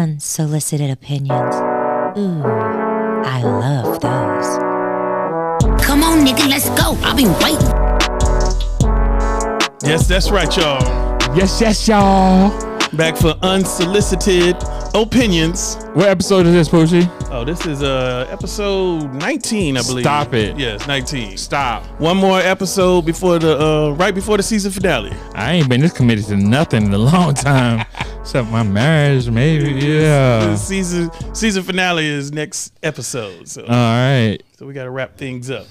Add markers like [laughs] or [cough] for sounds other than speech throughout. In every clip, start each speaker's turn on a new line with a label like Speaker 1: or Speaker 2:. Speaker 1: unsolicited opinions. Ooh, I love those.
Speaker 2: Come on, nigga, let's go. I've been waiting.
Speaker 3: Yes, that's right, y'all.
Speaker 4: Yes, yes, y'all.
Speaker 3: Back for unsolicited opinions.
Speaker 4: What episode is this, Poochie?
Speaker 3: Oh, this is uh episode 19, I believe.
Speaker 4: Stop it.
Speaker 3: Yes, 19.
Speaker 4: Stop.
Speaker 3: One more episode before the uh right before the season finale.
Speaker 4: I ain't been this committed to nothing in a long time, except my marriage, maybe.
Speaker 3: The
Speaker 4: Yeah.
Speaker 3: season season finale is next episode. So
Speaker 4: All right.
Speaker 3: so we got to wrap things up.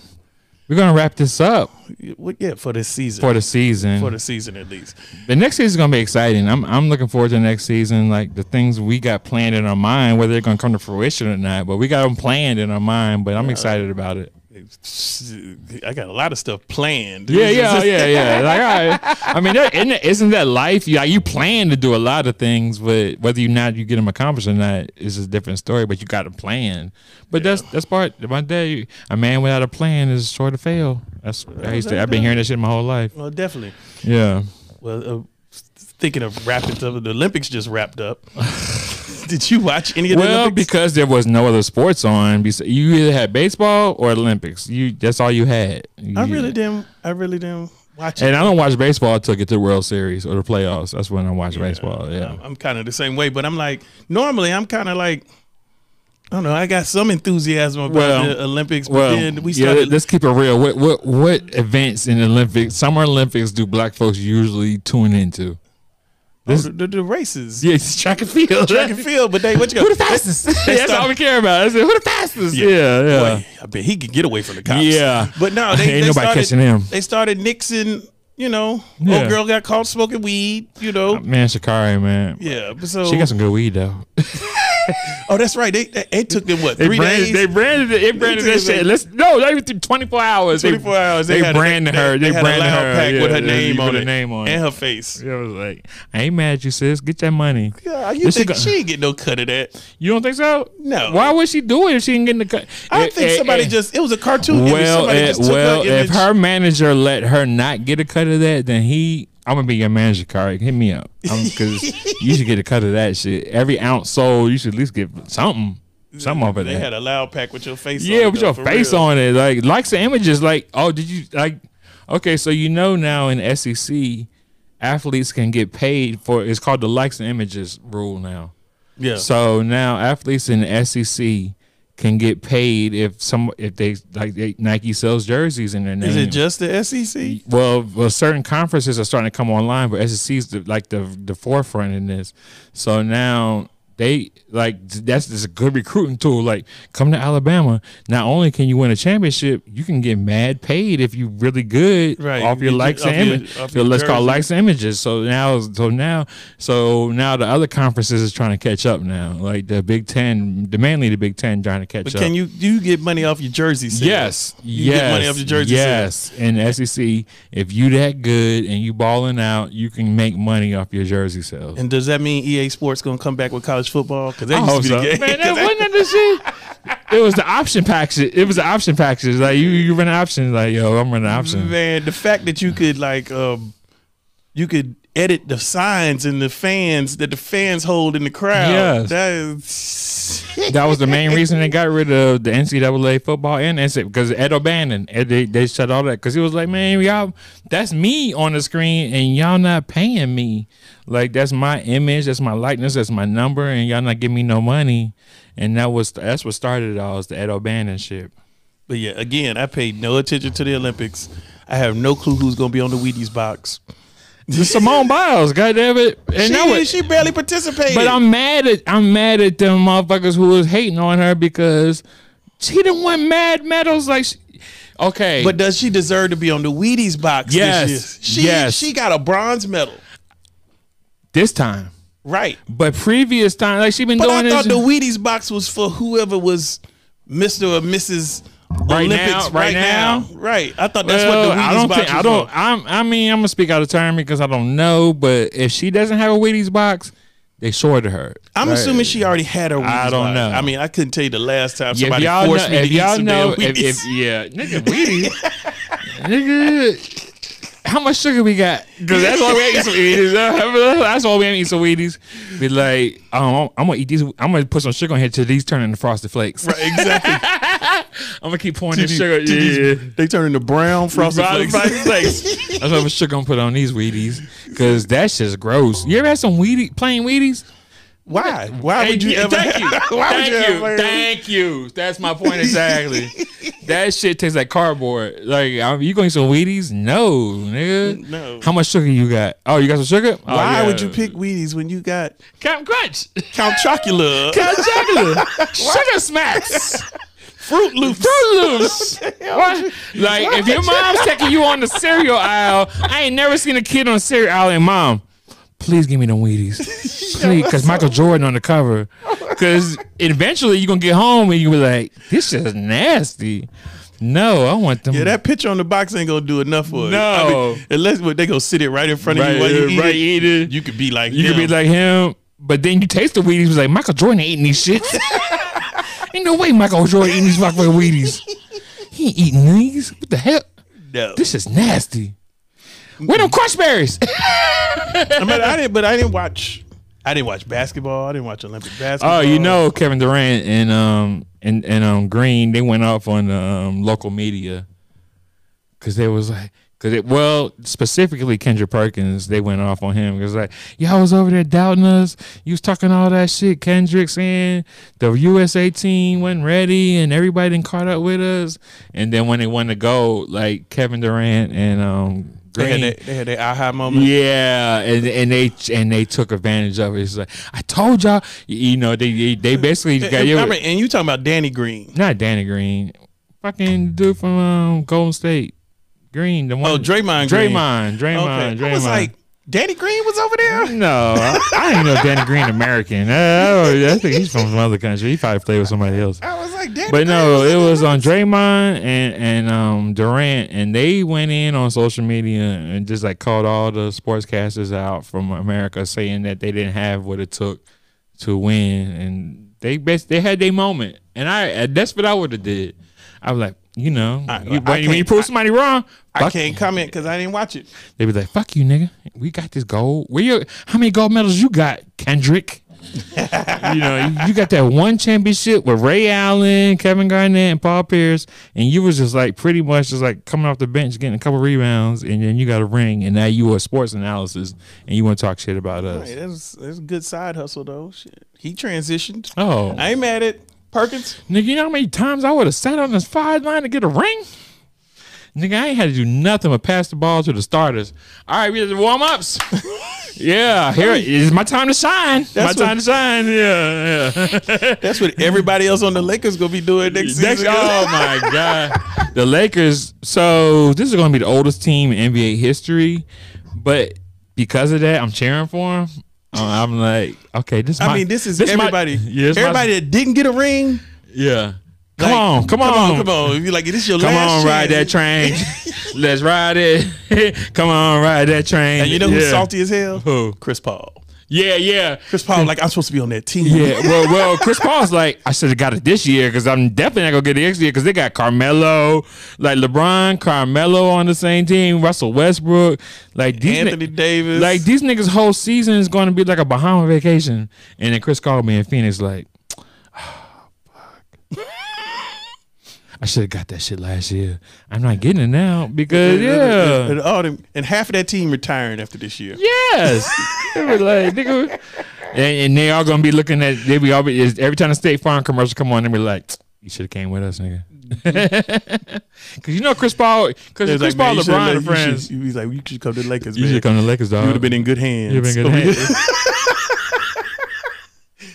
Speaker 4: We're gonna wrap this up
Speaker 3: What yeah, for this season.
Speaker 4: for the season.
Speaker 3: for the season at least.
Speaker 4: the next season's gonna be exciting. I'm I'm looking forward to the next season. Like the things we got planned in our mind, whether they're gonna come to fruition or not, but we got them planned in our mind. But I'm excited about it.
Speaker 3: I got a lot of stuff planned. [laughs]
Speaker 4: Yeah, yeah, yeah, yeah. Like, all right. I mean, that, isn't, that, isn't that life? You, like, you plan to do a lot of things, but whether you not you get them accomplished or not is a different story. But you got a plan. But that's that's part. My day, a man without a plan is sure to fail. That's I used to, I've been hearing that shit my whole life.
Speaker 3: Well, definitely.
Speaker 4: Yeah.
Speaker 3: Well, uh, thinking of wrapping up, the Olympics just wrapped up. [laughs] Did you watch any of the
Speaker 4: Well,
Speaker 3: Olympics?
Speaker 4: because there was no other sports on, bes- you either had baseball or Olympics. You that's all you had.
Speaker 3: I
Speaker 4: You-
Speaker 3: really didn't. I really didn't watch it.
Speaker 4: And I don't watch baseball until I get to the World Series or the playoffs. That's when I watch baseball. Yeah.
Speaker 3: Uh, I'm kind of the same way, but I'm like normally I'm kind of like I don't know. I got some enthusiasm about
Speaker 4: Well,
Speaker 3: the Olympics, but
Speaker 4: Well,
Speaker 3: then we
Speaker 4: yeah,
Speaker 3: started.
Speaker 4: let's keep it real. What what what events in the Olympics, Summer Olympics, do Black folks usually tune into?
Speaker 3: oh, the, the, the races,
Speaker 4: Yeah, it's track and field.
Speaker 3: track and field. But they what you
Speaker 4: Who the
Speaker 3: got?
Speaker 4: fastest?
Speaker 3: they
Speaker 4: [laughs] That's
Speaker 3: start-
Speaker 4: all we care about. I said, who the fastest? Yeah, yeah.
Speaker 3: Boy, I bet he could get away from the cops.
Speaker 4: Yeah.
Speaker 3: but
Speaker 4: [laughs]
Speaker 3: no, they,
Speaker 4: Ain't
Speaker 3: they
Speaker 4: nobody
Speaker 3: started,
Speaker 4: catching him.
Speaker 3: They started nixing. You know,
Speaker 4: Yeah.
Speaker 3: old girl got caught smoking weed. You know,
Speaker 4: Man, Shakari, man.
Speaker 3: yeah. but So
Speaker 4: She got some good weed though.
Speaker 3: Oh, that's right. They they, they took them what
Speaker 4: They
Speaker 3: three
Speaker 4: branded,
Speaker 3: days?
Speaker 4: They branded it. They branded
Speaker 3: took
Speaker 4: that
Speaker 3: it back.
Speaker 4: shit. Let's no, not even through 24 hours.
Speaker 3: 24
Speaker 4: they,
Speaker 3: hours.
Speaker 4: They,
Speaker 3: had a-
Speaker 4: branded her. They,
Speaker 3: had a
Speaker 4: branded
Speaker 3: loud
Speaker 4: her
Speaker 3: pack
Speaker 4: yeah,
Speaker 3: with her
Speaker 4: yeah,
Speaker 3: name
Speaker 4: you
Speaker 3: on
Speaker 4: put
Speaker 3: it.
Speaker 4: her name on
Speaker 3: and
Speaker 4: it.
Speaker 3: her face.
Speaker 4: Yeah, I was like, I ain't mad at you, sis. Get that [laughs] money.
Speaker 3: Yeah, you
Speaker 4: This shit
Speaker 3: think
Speaker 4: go-
Speaker 3: she ain't get no cut of that?
Speaker 4: You don't think so?
Speaker 3: No.
Speaker 4: Why would she do it if she didn't get in the cut?
Speaker 3: I
Speaker 4: Eh,
Speaker 3: think
Speaker 4: eh,
Speaker 3: somebody
Speaker 4: eh.
Speaker 3: just it was a cartoon. image.
Speaker 4: Well,
Speaker 3: somebody
Speaker 4: eh,
Speaker 3: just took
Speaker 4: well,
Speaker 3: her
Speaker 4: if
Speaker 3: image.
Speaker 4: her manager let her not get a cut of that, then he, I'm gonna be your manager, Kari. Hit me up
Speaker 3: [laughs]
Speaker 4: because you should get a cut of that shit. Every ounce sold, you should at least get something, something off of
Speaker 3: they
Speaker 4: that.
Speaker 3: had a loud pack with your face. on
Speaker 4: Yeah,
Speaker 3: it,
Speaker 4: with
Speaker 3: though,
Speaker 4: your
Speaker 3: for
Speaker 4: face
Speaker 3: real.
Speaker 4: on it. Like likes and images. Like, oh, did you like? Okay, so you know now in SEC, athletes can get paid for. It's called the likes and images rule now.
Speaker 3: Yeah,
Speaker 4: So now athletes in the SEC can get paid if some if they like they, Nike sells jerseys in their name.
Speaker 3: is it just the E SEC?
Speaker 4: Well, well, certain conferences are starting to come online, but SEC's the, like the the forefront in this. So now they like that's just a good recruiting tool. Like, come to Alabama. Not only can you win a championship, you can get mad paid if you really good
Speaker 3: Right.
Speaker 4: off your
Speaker 3: You-
Speaker 4: likes
Speaker 3: off
Speaker 4: and
Speaker 3: your-
Speaker 4: images.
Speaker 3: off
Speaker 4: So
Speaker 3: your
Speaker 4: let's call
Speaker 3: jersey.
Speaker 4: likes and images. So now, so now, so now the other conferences is trying to catch up now. Like the Big Ten, the mainly the Big Ten trying to catch
Speaker 3: But
Speaker 4: up.
Speaker 3: can you do you get money off your jersey? sales?
Speaker 4: Yes.
Speaker 3: you
Speaker 4: yes.
Speaker 3: get money off your jersey. sales.
Speaker 4: Yes. In SEC, if you that good and you balling out, you can make money off your jersey sales.
Speaker 3: And does that mean EA Sports gonna come back with college football? Because that
Speaker 4: I
Speaker 3: used to
Speaker 4: hope
Speaker 3: be the
Speaker 4: so.
Speaker 3: game.
Speaker 4: Man,
Speaker 3: [laughs] 'Cause
Speaker 4: that wasn't that the shit. It was the option package. It was the option package. Like you, you run an option. Like yo, I'm running an option.
Speaker 3: Man, the fact that you could like um you could edit the signs and the fans that the fans hold in the crowd.
Speaker 4: Yes.
Speaker 3: That is
Speaker 4: That was the main reason they got rid of the NCAA football and NCAA because Ed O'Bannon, Ed, they, they shut all that because he was like, man, y'all, that's me on the screen and y'all not paying me. Like that's my image, that's my likeness, that's my number, and y'all not giving me no money. And that was that's what started it all is the Ed O'Bannon shit.
Speaker 3: But yeah, again, I paid no attention to the Olympics. I have no clue who's gonna be on the Wheaties box. [laughs]
Speaker 4: Simone Biles, goddamn it, and
Speaker 3: She,
Speaker 4: that was,
Speaker 3: she barely participated.
Speaker 4: But I'm mad at I'm mad at them motherfuckers who was hating on her because she didn't win mad medals. Like, she, okay,
Speaker 3: But does she deserve to be on the Wheaties box?
Speaker 4: Yes.
Speaker 3: This year? She
Speaker 4: Yes.
Speaker 3: she got a bronze medal.
Speaker 4: this time.
Speaker 3: Right.
Speaker 4: But previous time, like she been
Speaker 3: But
Speaker 4: doing
Speaker 3: I
Speaker 4: this
Speaker 3: thought the Wheaties box was for whoever was Mr. or Mrs.
Speaker 4: Right
Speaker 3: Olympics
Speaker 4: now-
Speaker 3: right,
Speaker 4: right
Speaker 3: now.
Speaker 4: now?
Speaker 3: Right. I thought that's
Speaker 4: Well,
Speaker 3: what the Wheaties
Speaker 4: I don't
Speaker 3: box
Speaker 4: think
Speaker 3: was
Speaker 4: I
Speaker 3: for.
Speaker 4: don't. I'm, I mean, I'm gonna speak out of turn because I don't know. But if she doesn't have a Wheaties box, they shorted her.
Speaker 3: I'm
Speaker 4: Like,
Speaker 3: assuming she already had her. Wheaties
Speaker 4: I don't
Speaker 3: box.
Speaker 4: know.
Speaker 3: I mean, I couldn't tell you the last time
Speaker 4: If
Speaker 3: somebody
Speaker 4: y'all
Speaker 3: forced
Speaker 4: know,
Speaker 3: me to
Speaker 4: if
Speaker 3: eat
Speaker 4: y'all
Speaker 3: some
Speaker 4: know,
Speaker 3: damn
Speaker 4: if,
Speaker 3: [laughs] Wheaties.
Speaker 4: if yeah, nigga Wheaties, nigga. how much sugar we got? Because that's why we ain't eat some Wheaties. [laughs] That's why we ain't eat some Wheaties. Be like, um, I'm gonna eat these. I'm gonna put some sugar on here till these turn into frosted flakes.
Speaker 3: Right, [laughs]
Speaker 4: [laughs]
Speaker 3: exactly.
Speaker 4: I'm gonna keep pouring
Speaker 3: To
Speaker 4: this
Speaker 3: these-
Speaker 4: sugar.
Speaker 3: to these-
Speaker 4: Yeah.
Speaker 3: They turn into brown frosted flakes. [laughs]
Speaker 4: That's what I'm sure gonna put on these Wheaties because that shit's gross. You ever had some Wheaties, plain Wheaties?
Speaker 3: Why? Why would you
Speaker 4: Hey,
Speaker 3: ever?
Speaker 4: Thank you.
Speaker 3: [laughs] Why would
Speaker 4: thank
Speaker 3: you
Speaker 4: you.
Speaker 3: ever-
Speaker 4: Thank you. That's my point exactly. that shit tastes like cardboard. Like, I'm, you going to some Wheaties? No, nigga.
Speaker 3: No.
Speaker 4: How much sugar you got? Oh, you got some sugar? Oh,
Speaker 3: Why
Speaker 4: yeah.
Speaker 3: would you pick Wheaties when you got
Speaker 4: Captain Crunch?
Speaker 3: Count Chocula?
Speaker 4: [laughs] Count
Speaker 3: [laughs]
Speaker 4: chocolate. sugar smacks.
Speaker 3: Fruit Loops.
Speaker 4: Fruit Loops. What? Like, if your mom's taking you on the cereal aisle, I ain't never seen a kid on the cereal aisle and mom, please give me them Wheaties. Please, because Michael Jordan on the cover. Because eventually you're going to get home and you'll be like, this is nasty. No, I want them.
Speaker 3: Yeah, that picture on the box ain't gonna do enough for it. I
Speaker 4: No.
Speaker 3: mean, unless well, they go sit it right in front of
Speaker 4: Right,
Speaker 3: you while you
Speaker 4: yeah,
Speaker 3: eat,
Speaker 4: right,
Speaker 3: it.
Speaker 4: eat it.
Speaker 3: You could be like
Speaker 4: you could be
Speaker 3: them.
Speaker 4: like him, but then you taste the Wheaties, was like, Michael Jordan ain't eating these shits. [laughs] ain't no way Michael Jordan eating these fucking Wheaties. He ain't eating these. What the hell?
Speaker 3: no.
Speaker 4: This is nasty. Where them crush berries?
Speaker 3: I mean, I didn't, but I didn't watch. I didn't watch basketball. I didn't watch Olympic basketball.
Speaker 4: [laughs] Oh, you know Kevin Durant and um and and um Green they went off on um local media because they was like because it well specifically Kendrick Perkins they went off on him because like y'all was over there doubting us you was talking all that shit Kendrick saying the USA team wasn't ready and everybody didn't caught up with us and then when they won the gold like Kevin Durant and um
Speaker 3: they
Speaker 4: Green
Speaker 3: had, that, they had that aha moment.
Speaker 4: yeah, and and they and they took advantage of it. It's like I told y'all, you- you know, they they, they basically
Speaker 3: And,
Speaker 4: got
Speaker 3: I
Speaker 4: you.
Speaker 3: mean, and you talking about Danny Green?
Speaker 4: Not Danny Green, fucking dude from um, Golden State, Green, the one.
Speaker 3: Oh, Draymond Green.
Speaker 4: Draymond, Draymond, Draymond.
Speaker 3: I was like, [laughs] Danny Green was over there.
Speaker 4: no, I, I didn't know Danny Green American. Uh, I, I think he's from some other country. He probably played with somebody else.
Speaker 3: I was like, Danny.
Speaker 4: But
Speaker 3: Green
Speaker 4: no,
Speaker 3: was
Speaker 4: it
Speaker 3: over
Speaker 4: was
Speaker 3: there.
Speaker 4: on Draymond and and um, Durant, and they went in on social media and just like called all the sportscasters out from America, saying that they didn't have what it took to win, and they best they had their moment, and I and that's what I would have did. I was like, you know,
Speaker 3: I-
Speaker 4: you-
Speaker 3: I
Speaker 4: when, when you
Speaker 3: can't-
Speaker 4: prove somebody wrong,
Speaker 3: I
Speaker 4: fuck
Speaker 3: can't comment because I didn't watch it.
Speaker 4: they be like, "Fuck you, nigga. We got this gold. Where your how many gold medals you got, Kendrick? you know, you, you got that one championship with Ray Allen, Kevin Garnett, and Paul Pierce, and you was just like pretty much just like coming off the bench, getting a couple rebounds, and then you got a ring, and now you a sports analysis, and you want to talk shit about us?
Speaker 3: Hey, that's that's a good side hustle though. Shit. He transitioned.
Speaker 4: Oh,
Speaker 3: I ain't mad at Perkins.
Speaker 4: nigga, you know how many times I would have sat on this five line to get a ring? Nigga, I ain't had to do nothing but pass the ball to the starters. All right, we did the warm ups. [laughs] yeah, here it is. My time to shine.
Speaker 3: That's
Speaker 4: my
Speaker 3: what-
Speaker 4: time to shine. Yeah, yeah.
Speaker 3: [laughs] That's what everybody else on the Lakers gonna be doing next
Speaker 4: Next,
Speaker 3: season.
Speaker 4: oh my god, the Lakers. So this is going to be the oldest team in NBA history, but because of that, I'm cheering for them. I'm like, okay, this.
Speaker 3: I
Speaker 4: my-
Speaker 3: mean, this is
Speaker 4: my-
Speaker 3: everybody.
Speaker 4: yeah, this my-
Speaker 3: everybody that didn't get a ring.
Speaker 4: yeah.
Speaker 3: like,
Speaker 4: Come on, come on,
Speaker 3: come on! If you like, this is your
Speaker 4: Come
Speaker 3: last
Speaker 4: on, ride that
Speaker 3: chance.
Speaker 4: train.
Speaker 3: [laughs]
Speaker 4: Let's ride it. [laughs] Come on, ride that train.
Speaker 3: And you know who's
Speaker 4: Yeah.
Speaker 3: salty as hell?
Speaker 4: Who?
Speaker 3: Chris Paul.
Speaker 4: Yeah, yeah,
Speaker 3: Chris Paul, like I'm supposed to be on that team.
Speaker 4: yeah. Well, well, Chris Paul's like, I should have got it this year because I'm definitely not gonna get it next year because they got Carmelo, like LeBron, Carmelo on the same team, Russell Westbrook, like these ni-
Speaker 3: Anthony Davis.
Speaker 4: Like these niggas' whole season is going to be like a Bahama vacation. And then Chris called me in Phoenix, like, [sighs] fuck. [laughs] I should have got that shit last year. I'm not getting it now because
Speaker 3: And- and,
Speaker 4: yeah,
Speaker 3: and all them, and half of that team retiring after this year.
Speaker 4: yes.
Speaker 3: [laughs]
Speaker 4: They were like, nigga, and, and they all gonna be looking at they be all be, is- every time the State Farm commercial come on, they be like. You should have came with us, nigga. [laughs] Cause you know Chris Paul, cause
Speaker 3: It's like,
Speaker 4: Chris Paul,
Speaker 3: man, you should've let-
Speaker 4: LeBron, are
Speaker 3: you should-
Speaker 4: friends.
Speaker 3: You he's like, you should come to the Lakers.
Speaker 4: You
Speaker 3: man.
Speaker 4: should have come to Lakers, dog.
Speaker 3: You would [laughs] have been in good hands.
Speaker 4: You'd have been [laughs] good hands.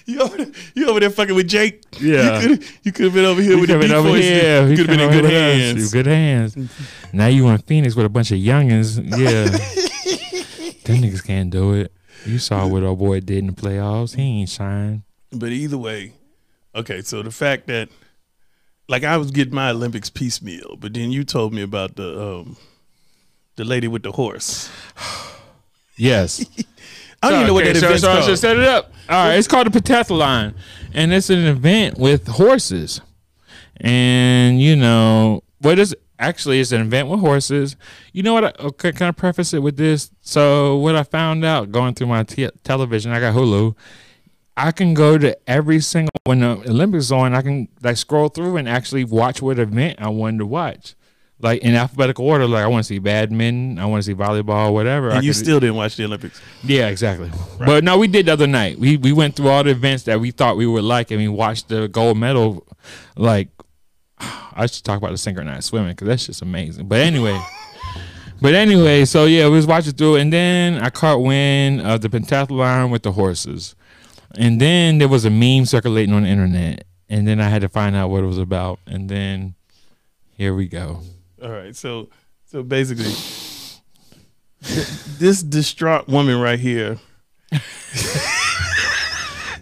Speaker 3: you, over, you over there fucking with Jake.
Speaker 4: Yeah.
Speaker 3: You could you could have been over here with the
Speaker 4: coming
Speaker 3: beat
Speaker 4: over
Speaker 3: voice.
Speaker 4: here.
Speaker 3: You
Speaker 4: He
Speaker 3: could have been in
Speaker 4: coming
Speaker 3: good
Speaker 4: over with us.
Speaker 3: hands.
Speaker 4: You good hands. Now you in Phoenix with a bunch of youngins. Yeah. Them niggas can't do it. You saw what our boy did in the playoffs. He ain't shine.
Speaker 3: But either way, okay. So the fact that, like, I was getting my Olympics piecemeal, but then you told me about the um, the lady with the horse.
Speaker 4: Yes.
Speaker 3: I don't even know what
Speaker 4: Okay,
Speaker 3: that
Speaker 4: so,
Speaker 3: event's
Speaker 4: so I
Speaker 3: called.
Speaker 4: should set it up. All right, it's called the pentathlon, and it's an event with horses. And you know what is? actually it's an event with horses. You know what? I, okay, can I preface it with this? So what I found out going through my t- television, I got Hulu. I can go to every single when the Olympics on. I can like scroll through and actually watch what event I wanted to watch, like in alphabetical order. Like I want to see badminton, I want to see volleyball, whatever. I
Speaker 3: And you
Speaker 4: could-
Speaker 3: still didn't watch the Olympics.
Speaker 4: yeah, exactly. But no, we did the other night. We we went through all the events that we thought we would like, and we watched the gold medal. Like, [sighs] I should talk about the synchronized swimming because that's just amazing. But anyway, [laughs] but anyway, so yeah, we was watching through, and then I caught wind of the pentathlon with the horses, and then there was a meme circulating on the internet, and then I had to find out what it was about, and then here we go.
Speaker 3: All right, so so basically, th- this distraught woman right here.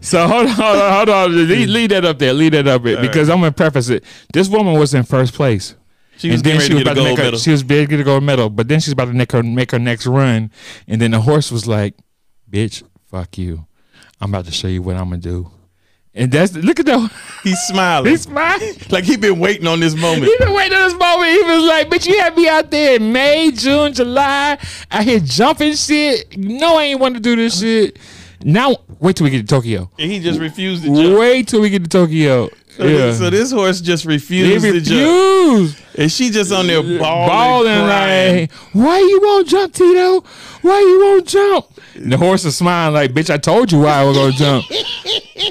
Speaker 4: So hold on, hold on, hold on. Lead,
Speaker 3: Hmm.
Speaker 4: lead that up there. Lead that up there, because I'm gonna preface it. This woman was in first place.
Speaker 3: She was
Speaker 4: and then
Speaker 3: getting
Speaker 4: she
Speaker 3: ready
Speaker 4: was
Speaker 3: to
Speaker 4: about
Speaker 3: get a
Speaker 4: to make
Speaker 3: gold
Speaker 4: her,
Speaker 3: medal.
Speaker 4: she was big to go medal, but then she's about to make her make her next run, and then the horse was like, "Bitch, fuck you! I'm about to show you what I'm gonna do." And that's look at that.
Speaker 3: He's smiling.
Speaker 4: He's smiling.
Speaker 3: like he been waiting on this moment.
Speaker 4: He been waiting on this moment. He was like, "Bitch, you had me out there in May, June, July. I here jumping shit. No, I ain't want to do this shit. Now, wait till we get to Tokyo.
Speaker 3: [laughs] And he just refused to jump.
Speaker 4: Wait till we get to Tokyo.
Speaker 3: So,
Speaker 4: yeah.
Speaker 3: this, so this horse just
Speaker 4: They
Speaker 3: refused to jump.
Speaker 4: refuse.
Speaker 3: And she just on there balling,
Speaker 4: Balling
Speaker 3: crying.
Speaker 4: like, why you won't jump, Tito? Why you won't jump? And the horse is smiling like, bitch, I told you why I was gonna
Speaker 3: [laughs]
Speaker 4: jump.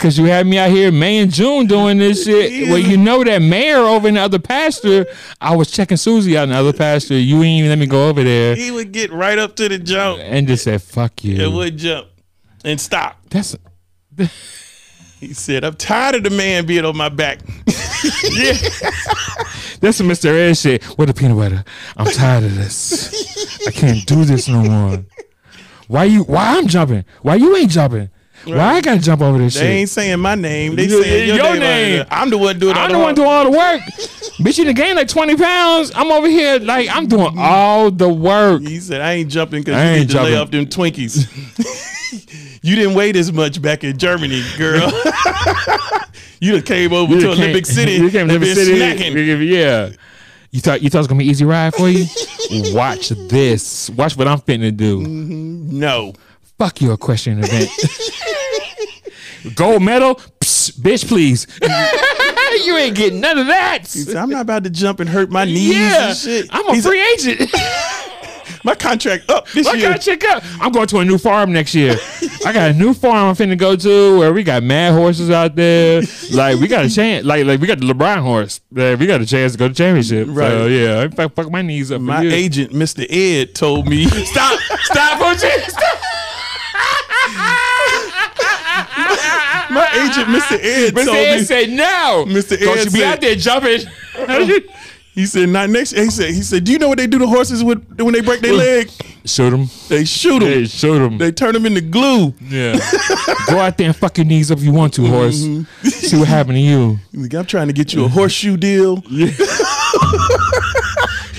Speaker 4: Cause you had me out here in May and June doing this shit. Well, you know that mayor over in the other pasture, I was checking Susie out in the other pasture. You ain't even let me go over there
Speaker 3: He would get right up to the jump
Speaker 4: and just said, fuck
Speaker 3: and
Speaker 4: you.
Speaker 3: would jump and stop.
Speaker 4: That's
Speaker 3: He said, I'm tired of the man being on my back.
Speaker 4: That's some Mr. Ed shit. What a peanut butter. I'm tired of this. I can't do this no more. Why you? Why I'm jumping? Why you ain't jumping? Why I gotta jump over this
Speaker 3: They ain't
Speaker 4: shit?
Speaker 3: saying my name. They
Speaker 4: Your-
Speaker 3: saying your,
Speaker 4: your
Speaker 3: name.
Speaker 4: name.
Speaker 3: I'm the one doing all
Speaker 4: I'm
Speaker 3: the
Speaker 4: the one
Speaker 3: hard-
Speaker 4: doing all the work. Bitch, you done gained like 20 pounds. I'm over here like I'm doing all the work.
Speaker 3: He said, I ain't jumping because
Speaker 4: I
Speaker 3: you
Speaker 4: ain't
Speaker 3: need to lay
Speaker 4: jumping.
Speaker 3: off them Twinkies. [laughs] you didn't weigh this much back in Germany, girl. [laughs] you done came over to
Speaker 4: You came-
Speaker 3: Olympic City.
Speaker 4: [laughs] You came
Speaker 3: and
Speaker 4: to Olympic
Speaker 3: been
Speaker 4: City.
Speaker 3: Snacking.
Speaker 4: Yeah. You thought you thought it was gonna be an easy ride
Speaker 3: [laughs]
Speaker 4: for you? Watch this. Watch what I'm fitting to do.
Speaker 3: No.
Speaker 4: fuck you a question event. [laughs] Gold medal, Psst, bitch, please. [laughs] you ain't getting none of that.
Speaker 3: He said, I'm not about to jump and hurt my knees
Speaker 4: Yeah,
Speaker 3: and shit.
Speaker 4: I'm a
Speaker 3: He said,
Speaker 4: free [laughs] agent.
Speaker 3: My contract up this
Speaker 4: I
Speaker 3: year.
Speaker 4: gotta check out. I'm going to a new farm next year. I got a new farm I'm finna go to where we got mad horses out there. Like we got a chance. Like like we got the LeBron horse. Like, we got a chance to go to championship. Right. So
Speaker 3: Right.
Speaker 4: yeah, I fuck, fuck my knees up. for
Speaker 3: My
Speaker 4: you. [laughs]
Speaker 3: agent, Mr. Ed, told me,
Speaker 4: Stop! Stop! OJ, Stop!
Speaker 3: my agent, Mr. Ed,
Speaker 4: Mr.
Speaker 3: told
Speaker 4: Ed
Speaker 3: me.
Speaker 4: said no.
Speaker 3: Mr.
Speaker 4: Don't
Speaker 3: Ed
Speaker 4: you be
Speaker 3: said-
Speaker 4: out there jumping.
Speaker 3: He said, not next. He said, he said, do you know what they do to horses when, when they break their leg?
Speaker 4: Shoot him.
Speaker 3: They [laughs] shoot them.
Speaker 4: Hey, shoot him.
Speaker 3: They turn them into glue.
Speaker 4: Yeah. [laughs] Go out there and fuck your knees up if you want to, horse. See what happened to you.
Speaker 3: Like, I'm trying to get you a horseshoe deal.
Speaker 4: We got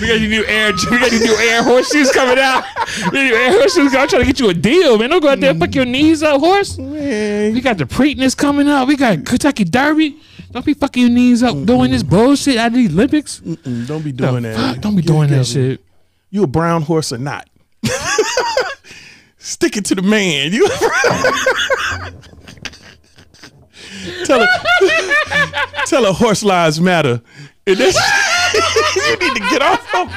Speaker 4: your new air. We got your new air horseshoes coming out. We new air horseshoes. I'm trying to get you a deal, man. Don't go out there and fuck your knees up, horse. We got the Preakness coming up. We got Kentucky Derby. Don't be fucking your knees up doing this bullshit out of the Olympics.
Speaker 3: Mm, Don't be doing
Speaker 4: Fuck,
Speaker 3: that.
Speaker 4: don't be
Speaker 3: Get
Speaker 4: doing that
Speaker 3: together.
Speaker 4: shit.
Speaker 3: You a brown horse or not? Stick it to the man. You. [laughs] tell a tell a [laughs] horse lives matter. And that's, [laughs] you need to get off. Of,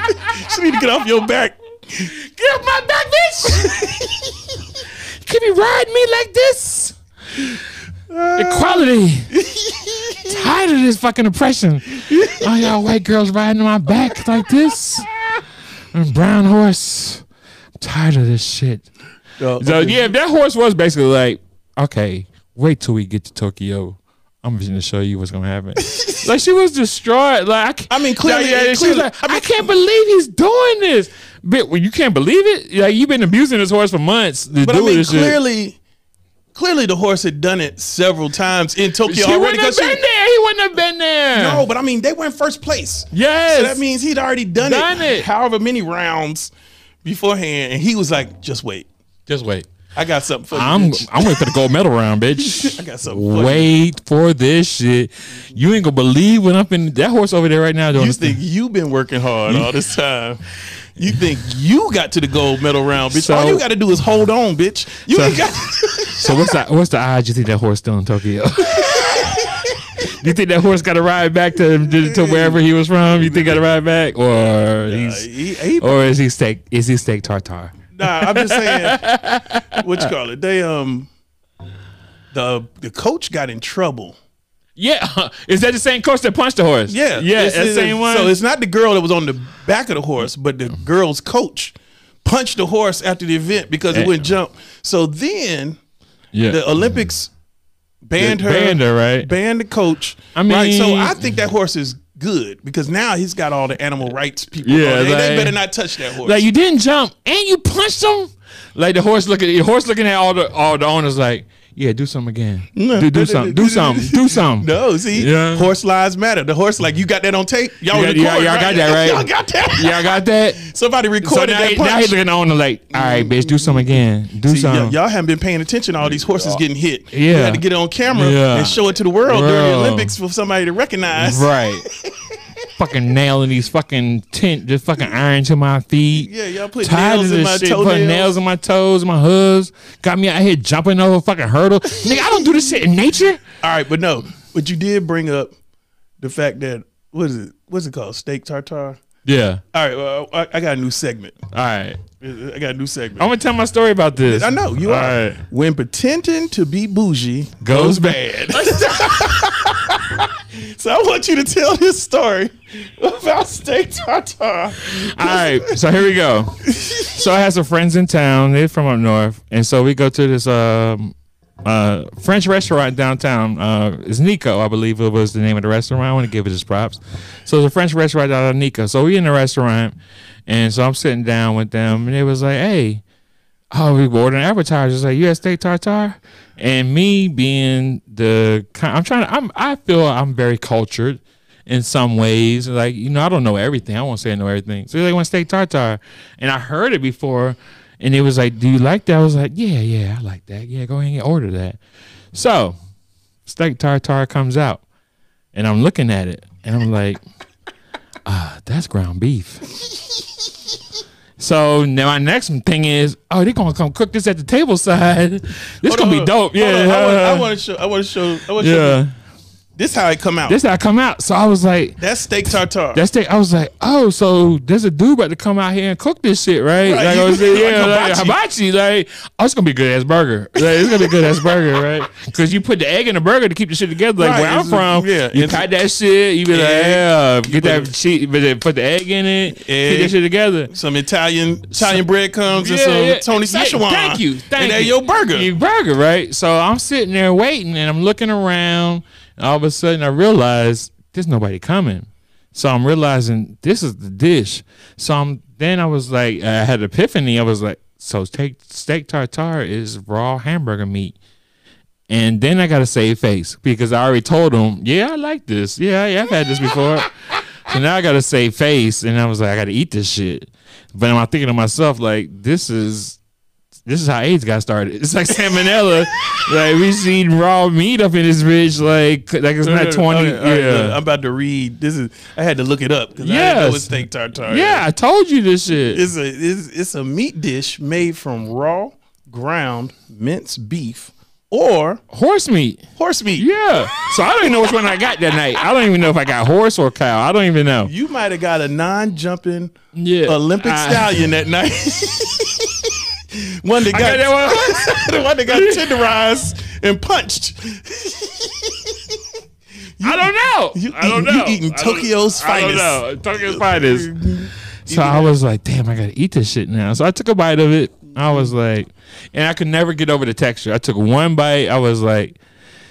Speaker 3: you need to get off your back.
Speaker 4: Get off my back, [laughs] bitch! you can be riding me like this. Equality. Tired of this fucking oppression. All y'all white girls riding my back like this. And brown horse. I'm tired of this shit.
Speaker 3: Uh,
Speaker 4: So
Speaker 3: okay.
Speaker 4: yeah, that horse was basically like, okay, wait till we get to Tokyo. I'm just gonna show you what's
Speaker 3: [laughs]
Speaker 4: gonna happen. like she was distraught. Like I, can't-
Speaker 3: I mean, clearly-
Speaker 4: like, yeah, she was
Speaker 3: clearly-
Speaker 4: like, I, can't believe he's doing this. But well, you can't believe it. Like you've been abusing this horse for months to
Speaker 3: But
Speaker 4: do
Speaker 3: I mean,
Speaker 4: this shit.
Speaker 3: clearly, clearly the horse had done it several times in Tokyo
Speaker 4: She
Speaker 3: already.
Speaker 4: wouldn't have
Speaker 3: 'cause she-
Speaker 4: been there. He wouldn't have been there.
Speaker 3: No, but I mean, they were in first place.
Speaker 4: Yes.
Speaker 3: So that means he'd already done,
Speaker 4: Done it.
Speaker 3: however many rounds beforehand. And he was like, just wait.
Speaker 4: Just wait.
Speaker 3: I got something for you.
Speaker 4: I'm
Speaker 3: bitch.
Speaker 4: I'm waiting for the gold
Speaker 3: [laughs]
Speaker 4: medal round, bitch.
Speaker 3: I got something for you.
Speaker 4: Wait for this shit. You ain't gonna believe when I'm in that horse over there right now. Doing
Speaker 3: You think you've been working hard all [laughs] this time. You think you got to the gold medal round, bitch. all
Speaker 4: So-
Speaker 3: you got to do is hold on, bitch. You
Speaker 4: So-
Speaker 3: ain't got
Speaker 4: so? What's the what's the odds you think that horse still in Tokyo? [laughs] you think that horse got to ride back to to wherever he was from? You think got to ride back, or he's
Speaker 3: [laughs] he, he-
Speaker 4: or is he steak is he steak tartar?
Speaker 3: Nah, I'm just saying. what you call it? They um, the the coach got in trouble.
Speaker 4: Yeah, [laughs] is that the same coach that punched the horse?
Speaker 3: Yeah,
Speaker 4: yeah,
Speaker 3: It's-
Speaker 4: that
Speaker 3: it's-
Speaker 4: same one.
Speaker 3: So it's not the girl that was on the back of the horse, but the girl's coach punched the horse after the event because it
Speaker 4: Damn.
Speaker 3: wouldn't jump. So then
Speaker 4: yeah.
Speaker 3: the Olympics banned
Speaker 4: They
Speaker 3: her,
Speaker 4: banned her, right?
Speaker 3: Banned the coach.
Speaker 4: I
Speaker 3: right? so
Speaker 4: mean-
Speaker 3: I think that horse is good because now he's got all the animal rights people.
Speaker 4: Yeah,
Speaker 3: on it. they
Speaker 4: like-
Speaker 3: better not touch that horse. [laughs]
Speaker 4: Like you didn't jump and you punched him. Like the horse looking, the horse looking at all the all the owners like, yeah, do something again.
Speaker 3: No.
Speaker 4: Do, do something. Do something.
Speaker 3: [laughs]
Speaker 4: Do something.
Speaker 3: no, see,
Speaker 4: Yeah.
Speaker 3: horse lives matter. The horse, like you got that on tape. Y'all
Speaker 4: You
Speaker 3: in
Speaker 4: got-
Speaker 3: the
Speaker 4: y'all-
Speaker 3: court,
Speaker 4: y'all got that, right?
Speaker 3: [laughs] y'all got that.
Speaker 4: Y'all got that.
Speaker 3: [laughs] Somebody
Speaker 4: So
Speaker 3: recorded
Speaker 4: now,
Speaker 3: that
Speaker 4: he-
Speaker 3: punch.
Speaker 4: now he's looking at the owner like, all right, bitch, do something again. Do
Speaker 3: See, y-
Speaker 4: something.
Speaker 3: y'all haven't been paying attention to all these horses getting hit. You
Speaker 4: Yeah.
Speaker 3: had to get it on camera
Speaker 4: Yeah.
Speaker 3: and show it to the world during the
Speaker 4: Bro.
Speaker 3: Olympics for somebody to [laughs] recognize.
Speaker 4: Right. fucking nailing these fucking tent, just fucking iron to my feet.
Speaker 3: Yeah, y'all put
Speaker 4: Tired
Speaker 3: nails
Speaker 4: of
Speaker 3: in
Speaker 4: this
Speaker 3: my
Speaker 4: shit. Putting
Speaker 3: toenails.
Speaker 4: nails in my toes, my hooves. Got me out here jumping over
Speaker 3: [laughs]
Speaker 4: fucking hurdle. Nigga, I don't do this shit in nature.
Speaker 3: All right, but no, but you did bring up the fact that what is it? What's it called? Steak tartare.
Speaker 4: Yeah.
Speaker 3: All right, well, I, I got a new segment.
Speaker 4: All right.
Speaker 3: I got a new segment.
Speaker 4: I'm gonna tell my story about this.
Speaker 3: I know you
Speaker 4: All
Speaker 3: are.
Speaker 4: right.
Speaker 3: When pretending to be bougie
Speaker 4: Goes
Speaker 3: bad. so I want you to tell this story about steak tartare.
Speaker 4: All right, so here we go. So I had some friends in town. They're from up north, and so we go to this um, uh, French restaurant downtown. Uh, it's Nico, I believe it was the name of the restaurant. I want to give it its props. So it's a French restaurant out of Nico. So we in the restaurant, and so I'm sitting down with them, and they was like, "Hey, oh, we were ordering appetizers. Like, you had steak tartare?" And me being the, ki- I'm trying to, I'm, I feel I'm very cultured in some ways. Like, you know, I don't know everything. I won't say I know everything. So they want steak tartare, and I heard it before, and it was like, "Do you like that?" I was like, "Yeah, yeah, I like that. Yeah, go ahead and order that." So, steak tartare comes out, and I'm looking at it, and I'm like, [laughs] "Ah, that's ground beef." So now my next thing is, oh, they're gonna come cook this at the table side. This gonna be dope. Yeah,
Speaker 3: I want to show. I want to show. I want to show.
Speaker 4: yeah.
Speaker 3: This how it come out.
Speaker 4: This how I come out. So I was like,
Speaker 3: That's steak tartare.
Speaker 4: That's the. I was like, oh, so there's a dude about to come out here and cook this shit, right?
Speaker 3: Right.
Speaker 4: Like I
Speaker 3: [laughs]
Speaker 4: was like, yeah,
Speaker 3: Like
Speaker 4: like
Speaker 3: hibachi.
Speaker 4: hibachi. Like, oh, it's gonna be a good ass burger. Like, it's gonna be a good ass burger,
Speaker 3: [laughs]
Speaker 4: right? Because you put the egg in the burger to keep the shit together. Like
Speaker 3: Right,
Speaker 4: where I'm
Speaker 3: it's a-
Speaker 4: from,
Speaker 3: yeah,
Speaker 4: you
Speaker 3: it's a-
Speaker 4: cut that shit. You be like,
Speaker 3: Egg,
Speaker 4: yeah, get
Speaker 3: put
Speaker 4: that cheese, but then put the egg in
Speaker 3: Egg.
Speaker 4: it, keep that shit together.
Speaker 3: some Italian Italian breadcrumbs and
Speaker 4: Yeah,
Speaker 3: some
Speaker 4: yeah.
Speaker 3: Tony
Speaker 4: Yeah,
Speaker 3: Szechuan.
Speaker 4: thank you. Thank
Speaker 3: and
Speaker 4: you.
Speaker 3: that your burger.
Speaker 4: Your burger, right? So I'm sitting there waiting and I'm looking around. And all of a sudden I realize there's nobody coming. So I'm realizing this is the dish. So I'm then I was like, I had an epiphany. I was like, so take steak tartare is raw hamburger meat. And then I got to save face because I already told them, yeah, I like this. Yeah, yeah I've had this before. so now I got to save face. And I was like, I got to eat this shit. But I'm thinking to myself, like, this is. This is how AIDS got started. It's
Speaker 3: [laughs]
Speaker 4: like salmonella. like we just eating raw meat up in this bitch. Like, like it's
Speaker 3: No, no,
Speaker 4: not
Speaker 3: [laughs] no.
Speaker 4: twenty.
Speaker 3: Okay, all right,
Speaker 4: yeah,
Speaker 3: look, I'm about to read. This is. I had to look it up because I didn't
Speaker 4: Yes.
Speaker 3: know it's steak tartare.
Speaker 4: yeah. I told you this shit.
Speaker 3: It's a it's, it's a meat dish made from raw ground minced beef or
Speaker 4: Horse meat.
Speaker 3: horse meat.
Speaker 4: Yeah. So I don't even know which one I got that night. I don't even know if I got horse or cow. I don't even know.
Speaker 3: You might have got a non-jumping
Speaker 4: Yeah.
Speaker 3: Olympic
Speaker 4: I-
Speaker 3: stallion that
Speaker 4: [laughs]
Speaker 3: night. one that
Speaker 4: I
Speaker 3: got,
Speaker 4: got that one.
Speaker 3: the [laughs] one that got tenderized and punched.
Speaker 4: I don't know.
Speaker 3: you
Speaker 4: I don't
Speaker 3: eating- you
Speaker 4: know.
Speaker 3: eaking
Speaker 4: I don't-
Speaker 3: Tokyo's
Speaker 4: I don't
Speaker 3: finest.
Speaker 4: know. Tokyo's
Speaker 3: [laughs]
Speaker 4: finest. So I was like, damn, I gotta eat this shit now. So I took a bite of it. I was like, and I could never get over the texture. I took one bite. I was like,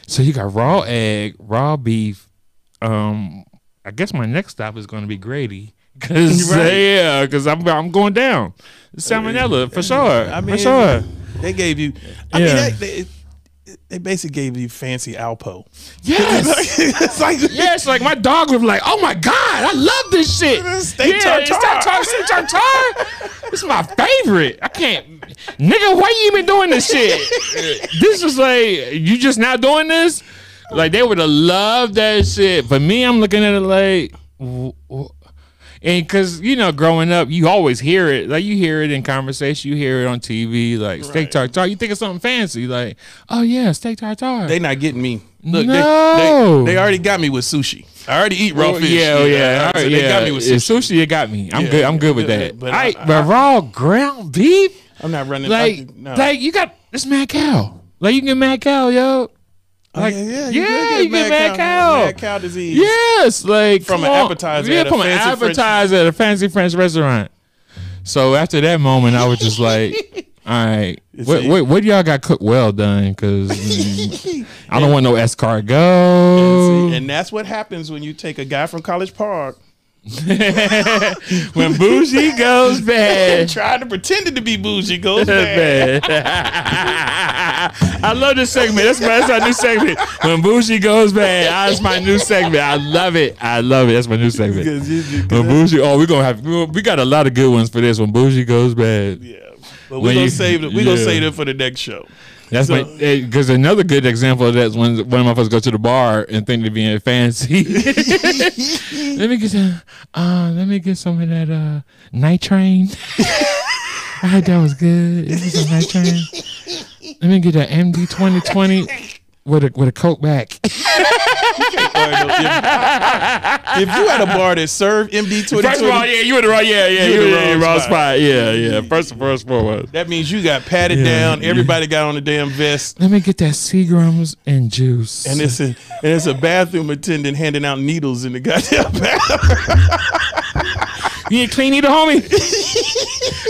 Speaker 4: so you got raw egg, raw beef. Um, I guess my next stop is gonna be Grady. [laughs] Cause
Speaker 3: Right. Uh,
Speaker 4: yeah, cause I'm I'm going down. Salmonella for sure.
Speaker 3: I
Speaker 4: I
Speaker 3: mean, [laughs]
Speaker 4: for sure.
Speaker 3: they gave you. I mean,
Speaker 4: Yeah.
Speaker 3: that, they, they basically gave you fancy Alpo. [laughs]
Speaker 4: Yes.
Speaker 3: it's like
Speaker 4: Yes, like my dog was like, "Oh my god, I love this shit."
Speaker 3: This steak
Speaker 4: it's
Speaker 3: tartare.
Speaker 4: tartare, steak tartare. It's my favorite. I can't, nigga. Why you even doing this shit? this is like you just not doing this. Like they would have loved that shit. But me, I'm looking at it like, w- w- and because you know, growing up, you always hear it. Like you hear it in conversation, you hear it on TV. Like steak tartare, you think it's something fancy. Like, oh yeah, steak tartare.
Speaker 3: they not getting me. Look,
Speaker 4: No.
Speaker 3: they, they, they already got me with sushi. I already eat raw
Speaker 4: Well,
Speaker 3: fish.
Speaker 4: Yeah, oh,
Speaker 3: you know,
Speaker 4: yeah,
Speaker 3: so
Speaker 4: All right,
Speaker 3: They
Speaker 4: yeah.
Speaker 3: got me with
Speaker 4: Yeah,
Speaker 3: sushi.
Speaker 4: sushi. It got me. I'm
Speaker 3: Yeah,
Speaker 4: good. I'm good with
Speaker 3: yeah,
Speaker 4: that.
Speaker 3: but
Speaker 4: But,
Speaker 3: I-
Speaker 4: I, but raw ground beef,
Speaker 3: I'm not running
Speaker 4: like,
Speaker 3: I, no.
Speaker 4: like you got this mad cow. Like you can get mad cow, yo. Like,
Speaker 3: Oh, yeah, yeah,
Speaker 4: yeah,
Speaker 3: you do get
Speaker 4: you get
Speaker 3: mad cow-
Speaker 4: mad cow.
Speaker 3: mad cow disease.
Speaker 4: Yes, like
Speaker 3: From an
Speaker 4: come on.
Speaker 3: appetizer
Speaker 4: Yeah,
Speaker 3: at a
Speaker 4: from an
Speaker 3: fancy French-
Speaker 4: appetizer at a fancy French restaurant. So after that moment, I was
Speaker 3: [laughs]
Speaker 4: just like, all right, what,
Speaker 3: See?
Speaker 4: what, what do y'all got cooked well
Speaker 3: [laughs]
Speaker 4: done? Because I don't want no escargot.
Speaker 3: See, and that's what happens when you take a guy from College Park
Speaker 4: when bougie [laughs] goes bad.
Speaker 3: and try to pretend it to be bougie
Speaker 4: [laughs]
Speaker 3: goes bad.
Speaker 4: Man. I love this segment. That's my, that's my new segment. When Bougie goes bad, that's my new segment. I love it. I love it. That's my new segment.
Speaker 3: Because you- you-
Speaker 4: [laughs] When Bougie, oh, we're gonna have we- we got a lot of good ones for this. When Bougie goes bad,
Speaker 3: Yeah. But we're
Speaker 4: When
Speaker 3: gonna
Speaker 4: you-
Speaker 3: save it. We're gonna
Speaker 4: yeah.
Speaker 3: save it for the next show.
Speaker 4: that's my because another good example of that is when one of us go to the bar and think they're being fancy. [laughs] let me get some. Uh, let me get some of that uh, night train. [laughs] I heard that was good. It was some night train. Let me get that MD twenty twenty with a with a coke back.
Speaker 3: Or no, if, if you had a bar that served MD twenty
Speaker 4: [laughs] First of all,
Speaker 3: two,
Speaker 4: yeah, you in the wrong, yeah, yeah,
Speaker 3: You
Speaker 4: you,
Speaker 3: in the
Speaker 4: in the
Speaker 3: wrong
Speaker 4: wrong,
Speaker 3: spot.
Speaker 4: spot. Yeah, yeah. First, first, foremost.
Speaker 3: that means you got patted down. Everybody got on the damn vest,
Speaker 4: Let me get that Seagrams and juice.
Speaker 3: and it's a and it's a bathroom attendant handing out needles in the goddamn [laughs] bathroom.
Speaker 4: you ain't clean
Speaker 3: [laughs]
Speaker 4: either, homie.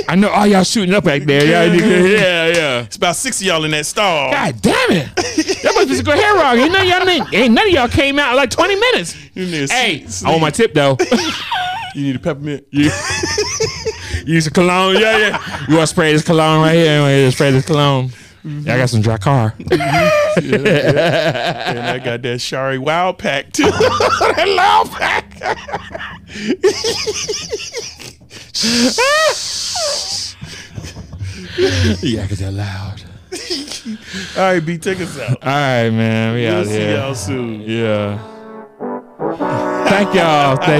Speaker 4: I know all y'all shooting up back there. Y'all, nigga. yeah, yeah.
Speaker 3: It's about six of y'all in that stall.
Speaker 4: God damn it! That must be some good hair rock. Ain't none of y'all, ain't- ain't none of y'all came out in like twenty minutes.
Speaker 3: You need a
Speaker 4: Hey,
Speaker 3: sneak-
Speaker 4: I want my tip though.
Speaker 3: You need a peppermint.
Speaker 4: [laughs] You use a cologne. Yeah, yeah. You want to spray this cologne right here? Right here, Spray this cologne.
Speaker 3: Mm-hmm.
Speaker 4: Yeah, I got some dry car.
Speaker 3: [laughs] And I got that Shari Wild Pack too. [laughs] that Loud Pack.
Speaker 4: yeah, I get that loud.
Speaker 3: All right, B, take us out.
Speaker 4: All right, man. We
Speaker 3: We'll
Speaker 4: out
Speaker 3: see
Speaker 4: here.
Speaker 3: y'all soon.
Speaker 4: Yeah. Thank y'all. Thank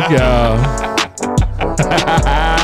Speaker 4: y'all.